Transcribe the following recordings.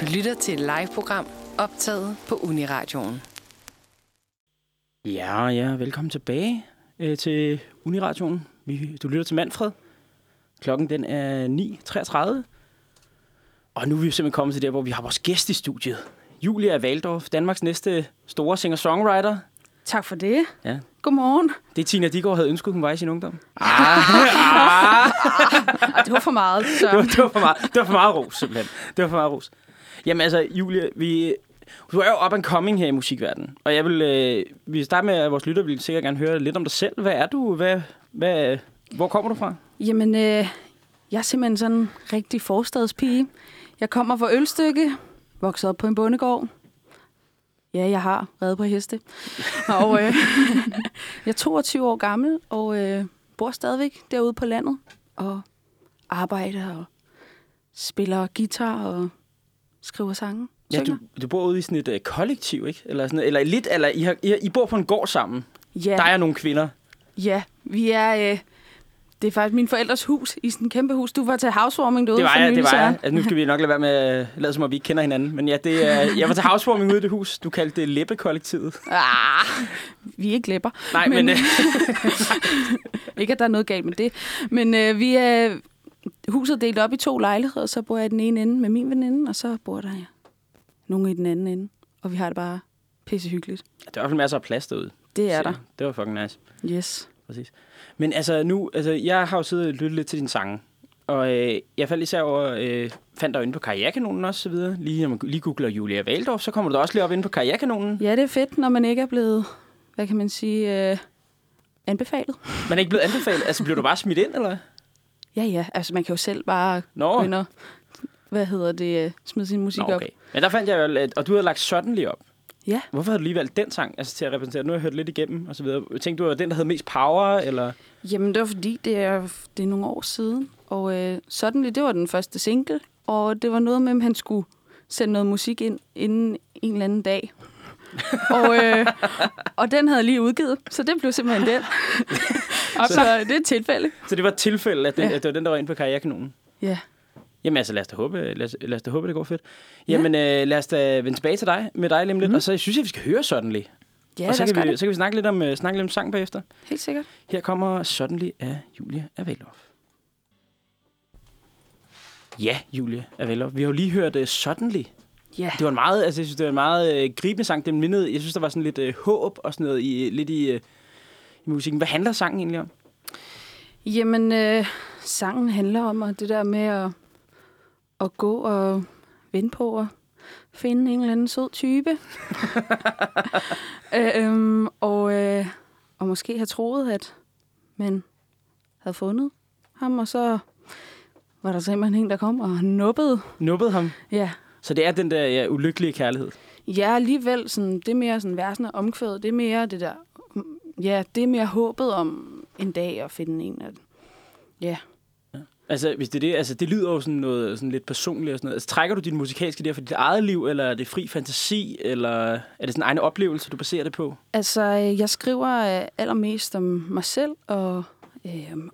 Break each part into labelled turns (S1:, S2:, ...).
S1: Du lytter til et live-program optaget på Uniradioen.
S2: Ja, ja, velkommen tilbage øh, til Uniradioen. Vi, du lytter til Manfred. Klokken den er 9.33. Og nu er vi simpelthen kommet til der, hvor vi har vores gæst i studiet. Julia Valdorf, Danmarks næste store singer-songwriter.
S3: Tak for det.
S2: Ja.
S3: Godmorgen.
S2: Det Tina Dikgaard havde ønsket, hun var i sin ungdom.
S3: Ej, det var for meget. Så.
S2: Det var, det var, for, meget, det var for meget ros, simpelthen. Det var for meget ros. Jamen altså, Julia, vi, du er jo up and coming her i musikverdenen. Og jeg vil, øh, vi starter med, at vores lytter vil sikkert gerne høre lidt om dig selv. Hvad er du? Hvad, hvad, hvor kommer du fra?
S3: Jamen, øh, jeg er simpelthen sådan en rigtig forstadspige. Jeg kommer fra Ølstykke, vokset op på en bondegård. Ja, jeg har reddet på heste. Og øh, jeg er 22 år gammel og øh, bor stadigvæk derude på landet. Og arbejder og spiller guitar og skriver sange.
S2: Ja,
S3: synger.
S2: du, du bor ude i sådan et øh, kollektiv, ikke? Eller, sådan, eller lidt, eller I, har, I, I bor på en gård sammen.
S3: ja.
S2: Ja. Der er nogle kvinder.
S3: Ja, vi er... Øh, det er faktisk min forældres hus i sådan et kæmpe hus. Du var til housewarming derude
S2: Det var
S3: for
S2: jeg,
S3: nylig,
S2: det var
S3: Søren.
S2: jeg. Altså, nu skal vi nok lade være med at lade som om, vi ikke kender hinanden. Men ja, det er, jeg var til housewarming ude i det hus. Du kaldte det Læbbekollektivet.
S3: Ah, vi er ikke læpper.
S2: Nej, men,
S3: Men-
S2: men øh,
S3: Ikke, at der er noget galt med det. Men øh, vi er... Huset er delt op i to lejligheder, så bor jeg i den ene ende med min veninde, og så bor der nogen i den anden ende. Og vi har det bare pissehyggeligt.
S2: der er i hvert fald masser af plads derude.
S3: Det er
S2: Så
S3: der.
S2: Det var fucking nice.
S3: Yes.
S2: Præcis. Men altså nu, altså jeg har jo siddet og lyttet lidt til dine sange. Og øh, jeg faldt især over, øh, fandt dig jo inde på Karrierekanonen også, så videre. Lige når man lige googler Julia Valdorf, så kommer du da også lige op inde på Karrierekanonen.
S3: Ja, det er fedt, når man ikke er blevet, hvad kan man sige, øh, anbefalet.
S2: Man er ikke blevet anbefalet. Altså, blev du bare smidt ind, eller? hvad?
S3: Ja, ja. Altså, man kan jo selv bare
S2: Nå.
S3: gå ind og, hvad hedder det, øh, smide sin musik
S2: Nå,
S3: op.
S2: okay. Men der fandt jeg jo, at, og du havde lagt Suddenly op.
S3: Ja.
S2: Hvorfor havde du lige valgt den sang altså, til at repræsentere? Nu har jeg hørt lidt igennem, og så videre. Tænkte du, at den, der havde mest power, eller?
S3: Jamen, det var fordi, det er, det er nogle år siden. Og øh, Suddenly, det var den første single. Og det var noget med, at han skulle sende noget musik ind inden en eller anden dag. og, øh, og den havde jeg lige udgivet, så det blev simpelthen den. og så, så det er et tilfælde.
S2: Så det var et tilfælde, at, den, ja.
S3: Ja.
S2: at det var den, der var inde på Karrierekanonen.
S3: Ja.
S2: Jamen altså, lad os da håbe, lad os, lad os da håbe det går fedt. Jamen, ja. øh, lad os da vende tilbage til dig, med dig lige om lidt. Mm. Og så synes jeg, vi skal høre Suddenly.
S3: Mhm. Ja,
S2: og så
S3: lad os
S2: kan,
S3: gøre
S2: vi,
S3: det.
S2: så kan vi snakke lidt om, uh, snakke lidt om sang bagefter.
S3: Helt sikkert.
S2: Her kommer Suddenly af Julia Avalov. Ja, Julia Avalov. Vi har jo lige hørt uh, Suddenly.
S3: Ja.
S2: Det var en meget, altså, jeg synes, det var en meget uh, gribende sang. Den mindede, jeg synes, der var sådan lidt uh, håb og sådan noget i, lidt i, uh, i musikken. Hvad handler sangen egentlig om?
S3: Jamen, øh, sangen handler om at det der med at, at gå og vente på at finde en eller anden sød type. øh, øhm, og, øh, og måske have troet, at man havde fundet ham, og så var der simpelthen en, der kom og nuppede.
S2: Nubbede ham.
S3: Ja,
S2: Så det er den der ja, ulykkelige kærlighed.
S3: ja alligevel, sådan, det er mere sådan versene omkvædet, det er mere det der, ja, det er mere håbet om en dag at finde en, at, ja,
S2: Altså, hvis det, er det, altså, det lyder jo sådan, noget, sådan lidt personligt og sådan noget. Altså, trækker du din musikalske der for dit eget liv, eller er det fri fantasi, eller er det sådan egne oplevelser, du baserer det på?
S3: Altså, øh, jeg skriver øh, allermest om mig selv og øh, om-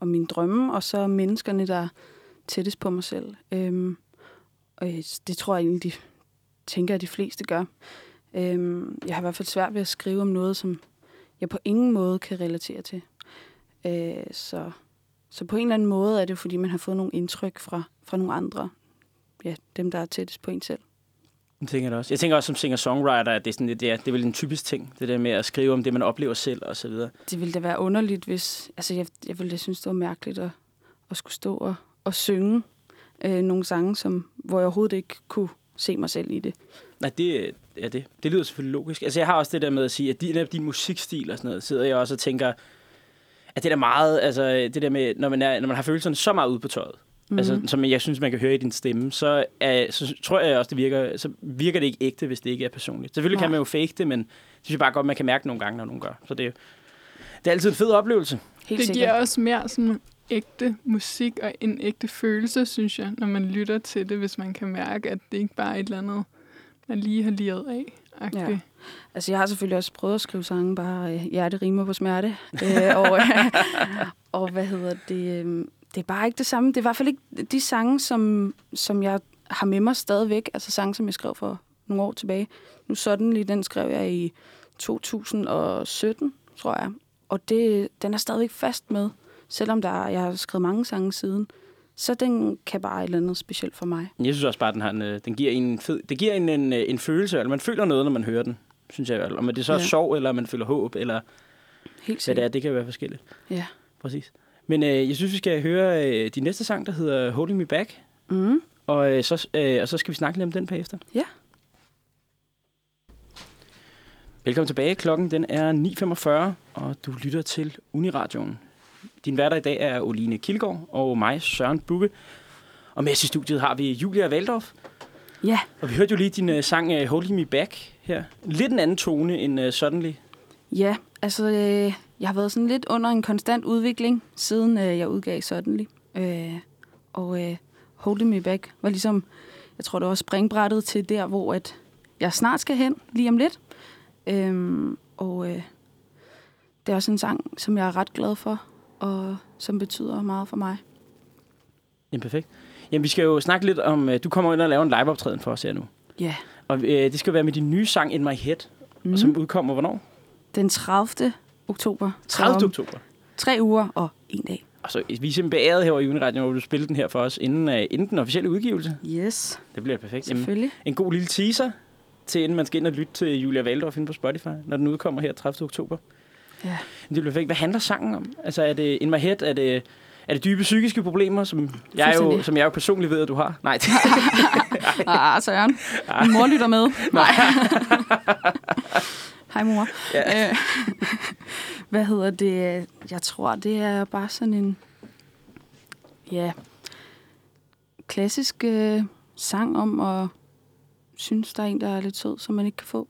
S3: om mine drømme, og så menneskerne, der er tættest på mig selv. Øhm, og øh, det tror jeg egentlig, de tænker, at de fleste gør. Øhm, jeg har i hvert fald svært ved at skrive om noget, som jeg på ingen måde kan relatere til. Øh, så, så på en eller anden måde er det, fordi man har fået nogle indtryk fra, fra nogle andre. Ja, dem, der er tættest på en selv.
S2: Det tænker jeg da også. Jeg tænker også som singer-songwriter, at det er, sådan, lidt- det, er, det er vel en typisk ting, det der med at skrive om det, man oplever selv og så videre.
S3: det ville da være underligt, hvis... Altså, jeg, jeg ville da synes, det var mærkeligt at, at skulle stå og, og synge øh, nogle sange, som, hvor jeg overhovedet ikke kunne se mig selv i det.
S2: Nej, det er det. Det lyder selvfølgelig logisk. Altså, jeg har også det der med at sige, at din, netop din musikstil og sådan noget, sidder jeg også og tænker, at det der meget, altså det der med, når man, er, når man har følelserne så meget ude på tøjet,
S3: Mhm.
S2: mm. altså, som jeg synes, man kan høre i din stemme, så, er, så tror jeg også, det virker, så virker det ikke ægte, hvis det ikke er personligt. Selvfølgelig kan
S3: Nej.
S2: man jo fake det, men det synes jeg bare godt, man kan mærke nogle gange, når nogen gør. Så det, er jo- det er altid en fed oplevelse.
S3: Helt
S4: Det giver
S3: sikkert.
S4: også mere sådan ægte musik og en ægte følelse, synes jeg, når man lytter til det, hvis man kan mærke, at det ikke bare er et eller andet, man lige har liret af. Ja.
S3: Altså, jeg har selvfølgelig også prøvet at skrive sange, bare øh, hjerte rimer på smerte. Øh, og, øh, øhm, og hvad hedder det? øh, Det er bare ikke det samme. Det er i hvert fald ikke de sange, som, som jeg har med mig stadigvæk, altså sange, som jeg skrev for nogle år tilbage. Nu Suddenly, den skrev jeg i 2017, tror jeg. Og det, den er stadigvæk fast med, selvom der, er- jeg har skrevet mange sange siden. Så den kan bare et eller andet specielt for mig.
S2: Men Jeg synes også bare, at den, har en, øh, den giver en en fed, det giver en, en, øh, en følelse, eller man føler noget, når man hører den, synes jeg. i hvert fald. Om det så er
S3: Ja.
S2: sorg, eller man føler håb, eller
S3: Helt
S2: hvad det er,
S3: sikkert.
S2: det kan være forskelligt.
S3: Ja.
S2: Præcis. Men øh, jeg synes, vi skal høre øh, din næste sang, der hedder Holding Me Back,
S3: Mm.
S2: og, øh, så, øh, og så skal vi snakke lidt om den bagefter.
S3: Ja.
S2: Velkommen tilbage. Klokken den er 9.45, og du lytter til Uniradioen. Din værter i dag er Oline Kilgaard og mig, Søren Bugge. Og med os i studiet har vi Julia Valdorf.
S3: Ja,
S2: Og vi hørte jo lige din øh, sang øh, Holding Me Back her. Lidt en anden tone end øh, Suddenly.
S3: ja altså øh, jeg har været sådan lidt under en konstant udvikling, siden øh, jeg udgav Suddenly. Øh, og øh, Holding Me Back var ligesom, jeg tror det var springbrættet til der, hvor at jeg snart skal hen, lige om lidt. Øh, og øh, det er også en sang, som jeg er ret glad for, og som betyder meget for mig.
S2: Jamen, perfekt. Jamen, vi skal jo snakke lidt om... Øh, du kommer ind og laver en liveoptræden for os her nu.
S3: Ja.
S2: Og øh, det skal jo være med din nye sang In My Head, mm. som udkommer hvornår?
S3: Den 30. oktober.
S2: 30.
S3: Om
S2: oktober.
S3: Tre uger og en dag.
S2: Og så øh, vi er simpelthen beæret her i Uniradio, hvor du spiller den her for os inden, øh, inden den officielle udgivelse.
S3: Yes,
S2: Det bliver perfekt. Jamen,
S3: selvfølgelig.
S2: en god lille teaser til inden man skal ind og lytte til Julia Valdorf inde på Spotify, når den udkommer her 30. oktober.
S3: Ja.
S2: Men Det bliver perfekt. Hvad handler sangen om? Altså er det In My Head, er det, er det dybe psykiske problemer, som jeg, jo,
S3: Fuldstændig.
S2: som jeg jo personligt ved, at du har? Nej, det,
S3: Ah, Søren. Min mor lytter med. Nej. Hej mor. Ja. Hvad hedder det? Jeg tror, det er bare sådan en... Ja. Klassisk øh, sang om at synes, der er en, der er lidt sød, som man ikke kan få.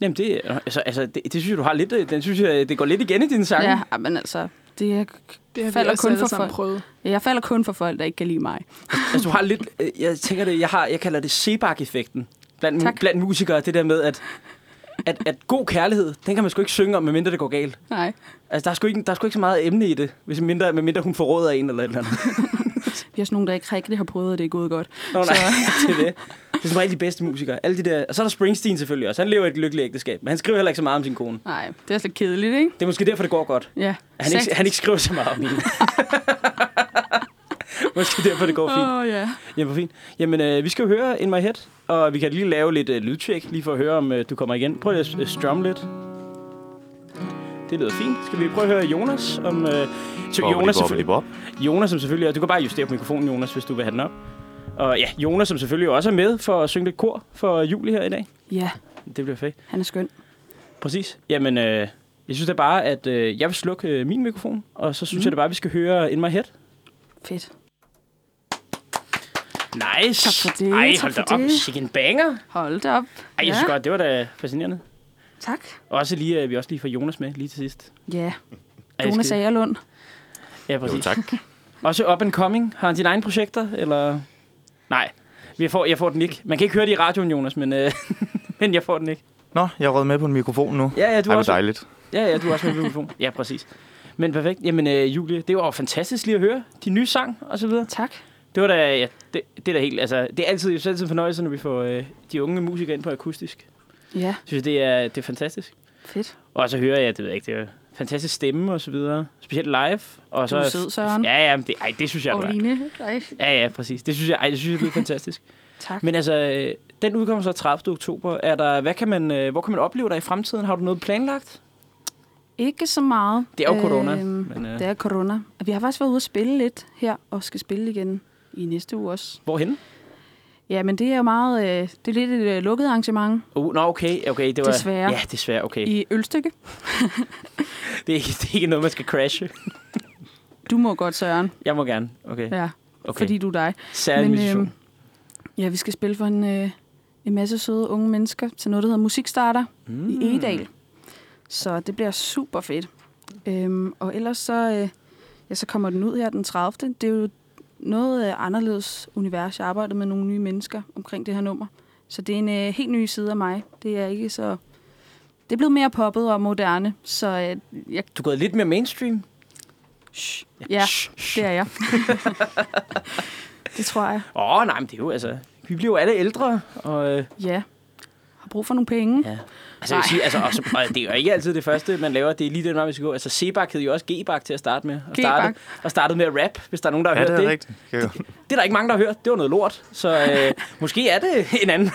S2: jamen det, altså, altså det, det, synes jeg, du har lidt, øh, den synes jeg, det går lidt igen i dine sange.
S3: Ja, ah, men altså, det er,
S4: Det har
S3: Falder
S4: vi også
S3: kun
S4: alle
S3: for
S4: sammen
S3: folk.
S4: prøvet.
S3: jeg falder kun for folk, der ikke kan lide mig.
S2: Altså, du har lidt, øh, jeg tænker det, jeg, har, jeg kalder det Sebak-effekten blandt, mu-
S3: Tak.
S2: blandt musikere, det der med, at, at, at god kærlighed, den kan man sgu ikke synge om, medmindre det går galt.
S3: Nej,
S2: Altså, der er sgu ikke, der er sgu ikke så meget emne i det, hvis mindre, medmindre hun forråder en eller et eller andet.
S3: vi er sådan nogle, der ikke rigtig har prøvet, og det er gået godt.
S2: Nå, nej, det er det. Det er som regel de bedste musikere. Alle de der, og så er der Springsteen selvfølgelig også. Han lever i et lykkeligt ægteskab, men han skriver heller ikke så meget om sin kone.
S3: Nej, det er så kedeligt, ikke?
S2: Det er måske derfor, det går godt.
S3: Ja.
S2: At Han ikke, han ikke skriver så meget om hende. måske derfor, det går fint.
S3: Åh, oh, ja.
S2: Jamen, hvor fint. Jamen, øh, vi skal jo høre In My Head, og vi kan lige lave lidt øh, lydtjek, lige for at høre, om øh, du kommer igen. Prøv lige at øh, strumme lidt. Det lyder fint. Skal vi prøve at høre Jonas om... Øh, så Jonas, selvfølgelig-
S5: Bob.
S2: Jonas, som selvfølgelig... Og du kan bare justere på mikrofonen, Jonas, hvis du vil have den op. Og ja, Jonas, som selvfølgelig også er med for at synge lidt kor for Julie her i dag.
S3: Ja,
S2: Det bliver fedt.
S3: han er skøn.
S2: Præcis. Jamen, øh, jeg synes da bare, at øh, jeg vil slukke øh, min mikrofon, og så synes mm. jeg da bare, at vi skal høre In My Head.
S3: Fedt.
S2: Nice.
S3: Tak for det,
S2: Ej,
S3: tak
S2: hold da
S3: for
S2: op.
S3: det.
S2: Sikke en banger.
S3: Hold da op.
S2: Ej, jeg synes godt, det var da fascinerende.
S3: Tak.
S2: Og også lige, øh, vi også lige får Jonas med lige til sidst.
S3: Ja,
S2: Ej, jeg
S3: Jonas
S2: skal-
S3: Agerlund.
S2: Ja,
S5: Jo,
S2: præcis.
S5: tak.
S2: Også up and coming. Har han dine egne projekter, eller? Nej, jeg får, jeg får den ikke. Man kan ikke høre det i radioen, Jonas, men, øh, men jeg får den ikke.
S5: Nå, jeg har røget med på en mikrofon nu.
S2: Ja, ja, du
S5: Ej,
S2: er
S5: hvor
S2: også,
S5: dejligt.
S2: ja, ja, du er også med på mikrofon. Ja, præcis. Men perfekt. Jamen, øh, Julie, det var jo fantastisk lige at høre din nye sang og så videre.
S3: Tak.
S2: Det var da, ja, det, det er da helt, altså, det er altid, det er altid en fornøjelse, når vi får øh, de unge musikere ind på akustisk.
S3: Ja,
S2: Jeg synes, det er, det er fantastisk.
S3: fedt.
S2: Og så hører jeg, det ved jeg ikke, det er fantastisk stemme og så videre. Specielt live. Og
S3: Du
S2: så,
S3: er sød, Søren.
S2: Ja, ja, men det, ej, det synes jeg, det var.
S3: Aline.
S2: Ja, ja, præcis. Det synes jeg, ej, det synes jeg lyder fantastisk.
S3: Tak.
S2: Men altså, øh, den udkommer så 30. oktober. Er der, hvad kan man, øh, hvor kan man opleve dig i fremtiden? Har du noget planlagt?
S3: Ikke så meget.
S2: Det er jo corona.
S3: Øhm,
S2: Men, øh,
S3: Det er corona. Vi har faktisk været ude at spille lidt her, og skal spille igen i næste uge også.
S2: Hvorhen?
S3: Ja, men det er jo meget, øh, det er lidt et øh, lukket arrangement
S2: Uh, nå, okay, okay. Det var,
S3: Desværre.
S2: Ja, desværre, okay.
S3: i Ølstykke.
S2: Det er, ikke, det er ikke noget, man skal crashe.
S3: Du må godt, Søren.
S2: Jeg må gerne. Okay,
S3: Ja,
S2: okay.
S3: fordi du er dig.
S2: Særlig
S3: Men,
S2: men,
S3: øhm, Ja, vi skal spille for en, øh, en masse søde unge mennesker til noget, der hedder Musikstarter mm. i Egedal. Så det bliver super fedt. Øhm, og ellers så, øh, ja, så kommer den ud her den 30. Det er jo noget øh, anderledes univers. Jeg arbejder med nogle nye mennesker omkring det her nummer. Så det er en øh, helt ny side af mig. Det er ikke så... Det er blevet mere poppet og moderne, så øh, jeg...
S2: Du er gået lidt mere mainstream.
S3: Shh, ja,
S2: Shh, shh.
S3: det er jeg. Det tror jeg.
S2: Åh, oh, nej, men det er jo altså... Vi bliver jo alle ældre, og... Øh,
S3: Ja. Har brug for nogle penge.
S2: ja. Altså, jeg vil
S3: Nej.
S2: sige, altså, også, og det er jo ikke altid det første, man laver. Det er lige den vej, vi skal gå. Altså, Sebak hed jo også G-Bak til at starte med. Og startede,
S4: G-Bak.
S2: og startede med at rap, hvis der er nogen, der har
S5: Ja, det
S2: hørt
S5: er
S2: det.
S5: rigtigt. Jo.
S2: Det er der ikke mange, der har hørt. Det var noget lort. Så øh, måske er det en anden.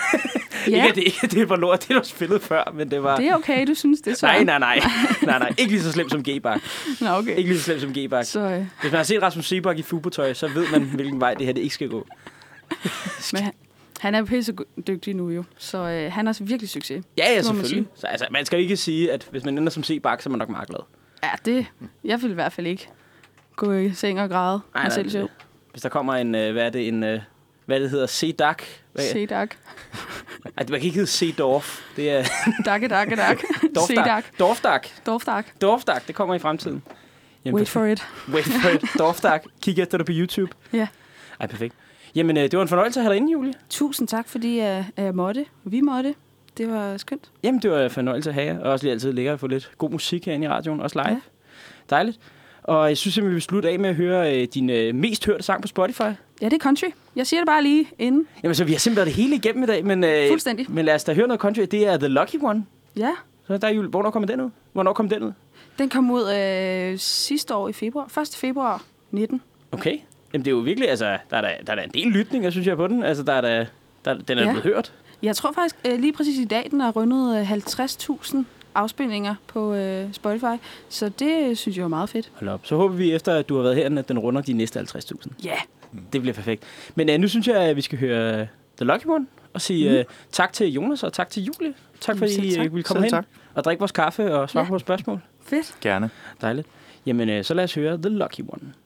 S3: Ja,
S2: Ikke, at det, ikke, at det var lort, det du spillede før, men det var...
S3: det er okay, du synes det er
S2: nej,
S3: sådan.
S2: nej, nej, nej, nej. Ikke lige så slemt som G-Bak.
S3: Nå, okay.
S2: Ikke lige så slemt som G-Bak.
S3: Så, øh,
S2: Hvis man har set Rasmus Sebak i Fubotøj, så ved man, hvilken vej det her det ikke skal gå.
S3: men han- han er pisse dygtig nu jo, så øh, han har virkelig succes.
S2: Ja, ja,
S3: Det må man
S2: selvfølgelig. Så, altså, man skal jo ikke sige, at hvis man ender som Sebak, så er man nok meget glad.
S3: Ja, det... Jeg vil i hvert fald ikke gå i seng og græde
S2: Nej,
S3: mig
S2: nej,
S3: selv
S2: det-
S3: sjov.
S2: øh, Hvis der kommer en, øh, hvad er det, en, øh, hvad det hedder, C-Dak. Hvad-
S3: Se dak.
S2: Ej, det- man kan ikke hedde C-Dorf. Det er
S3: Dakke, dakke, dak. Se dak.
S2: Dorfdak. Dorfdak.
S3: Dorfdak.
S2: Dorfdak, det kommer i fremtiden. Jamen,
S3: Wait for it.
S2: Wait for it. Dorfdak. Kig efter det på YouTube.
S3: Ja.
S2: Ej, perfekt. Jamen, øh, det var en fornøjelse at have dig inde, Julie.
S3: Tusind tak, fordi jeg, jeg måtte. Vi måtte. Det var skønt.
S2: Jamen, det var en fornøjelse at have jer. Og også lige altid lækkert at få lidt god musik herinde i radioen. Også live.
S3: Ja.
S2: Ja. Dejligt. Og jeg synes simpelthen, vi vil slutte af med at høre øh, din øh, mest hørte sang på Spotify.
S3: Ja, det er country. Jeg siger det bare lige inden.
S2: Jamen, så vi har simpelthen været det hele igennem i dag. Men, øh,
S3: Fuldstændig.
S2: Men lad os da høre noget country. Det er The Lucky One.
S3: Ja,
S2: Så der er jul. Hvornår kommer den ud? Hvornår kom den ud?
S3: den kom ud øh, sidste år i februar. 1. februar 19.
S2: Okay. Jamen, det er jo virkelig, altså, der er da, der er da en del lytninger, synes jeg, på den. Altså, der er da, der, den er
S3: Ja.
S2: ja. blevet hørt.
S3: Jeg tror faktisk øh, lige præcis i dag, den har rundet øh, 50.000 afspilninger på øh, Spotify. Så det øh, synes jeg var meget fedt.
S2: Hold op. Så håber vi efter, at du har været herinde, at den runder de næste 50.000.
S3: Ja, yeah.
S2: Det bliver perfekt. Men uh, nu synes jeg, at vi skal høre øh, The Lucky One og sige mm. uh, tak til Jonas og tak til Julie. Tak
S3: Jamen,
S2: fordi
S3: selv
S2: I
S3: tak.
S2: øh, ville komme
S5: Selv
S2: hen
S5: tak.
S2: og drikke vores kaffe og svare
S3: Ja.
S2: ja. på vores spørgsmål. øh,
S3: fedt.
S5: Gerne.
S2: Dejligt. Jamen, uh, så lad os høre The Lucky One.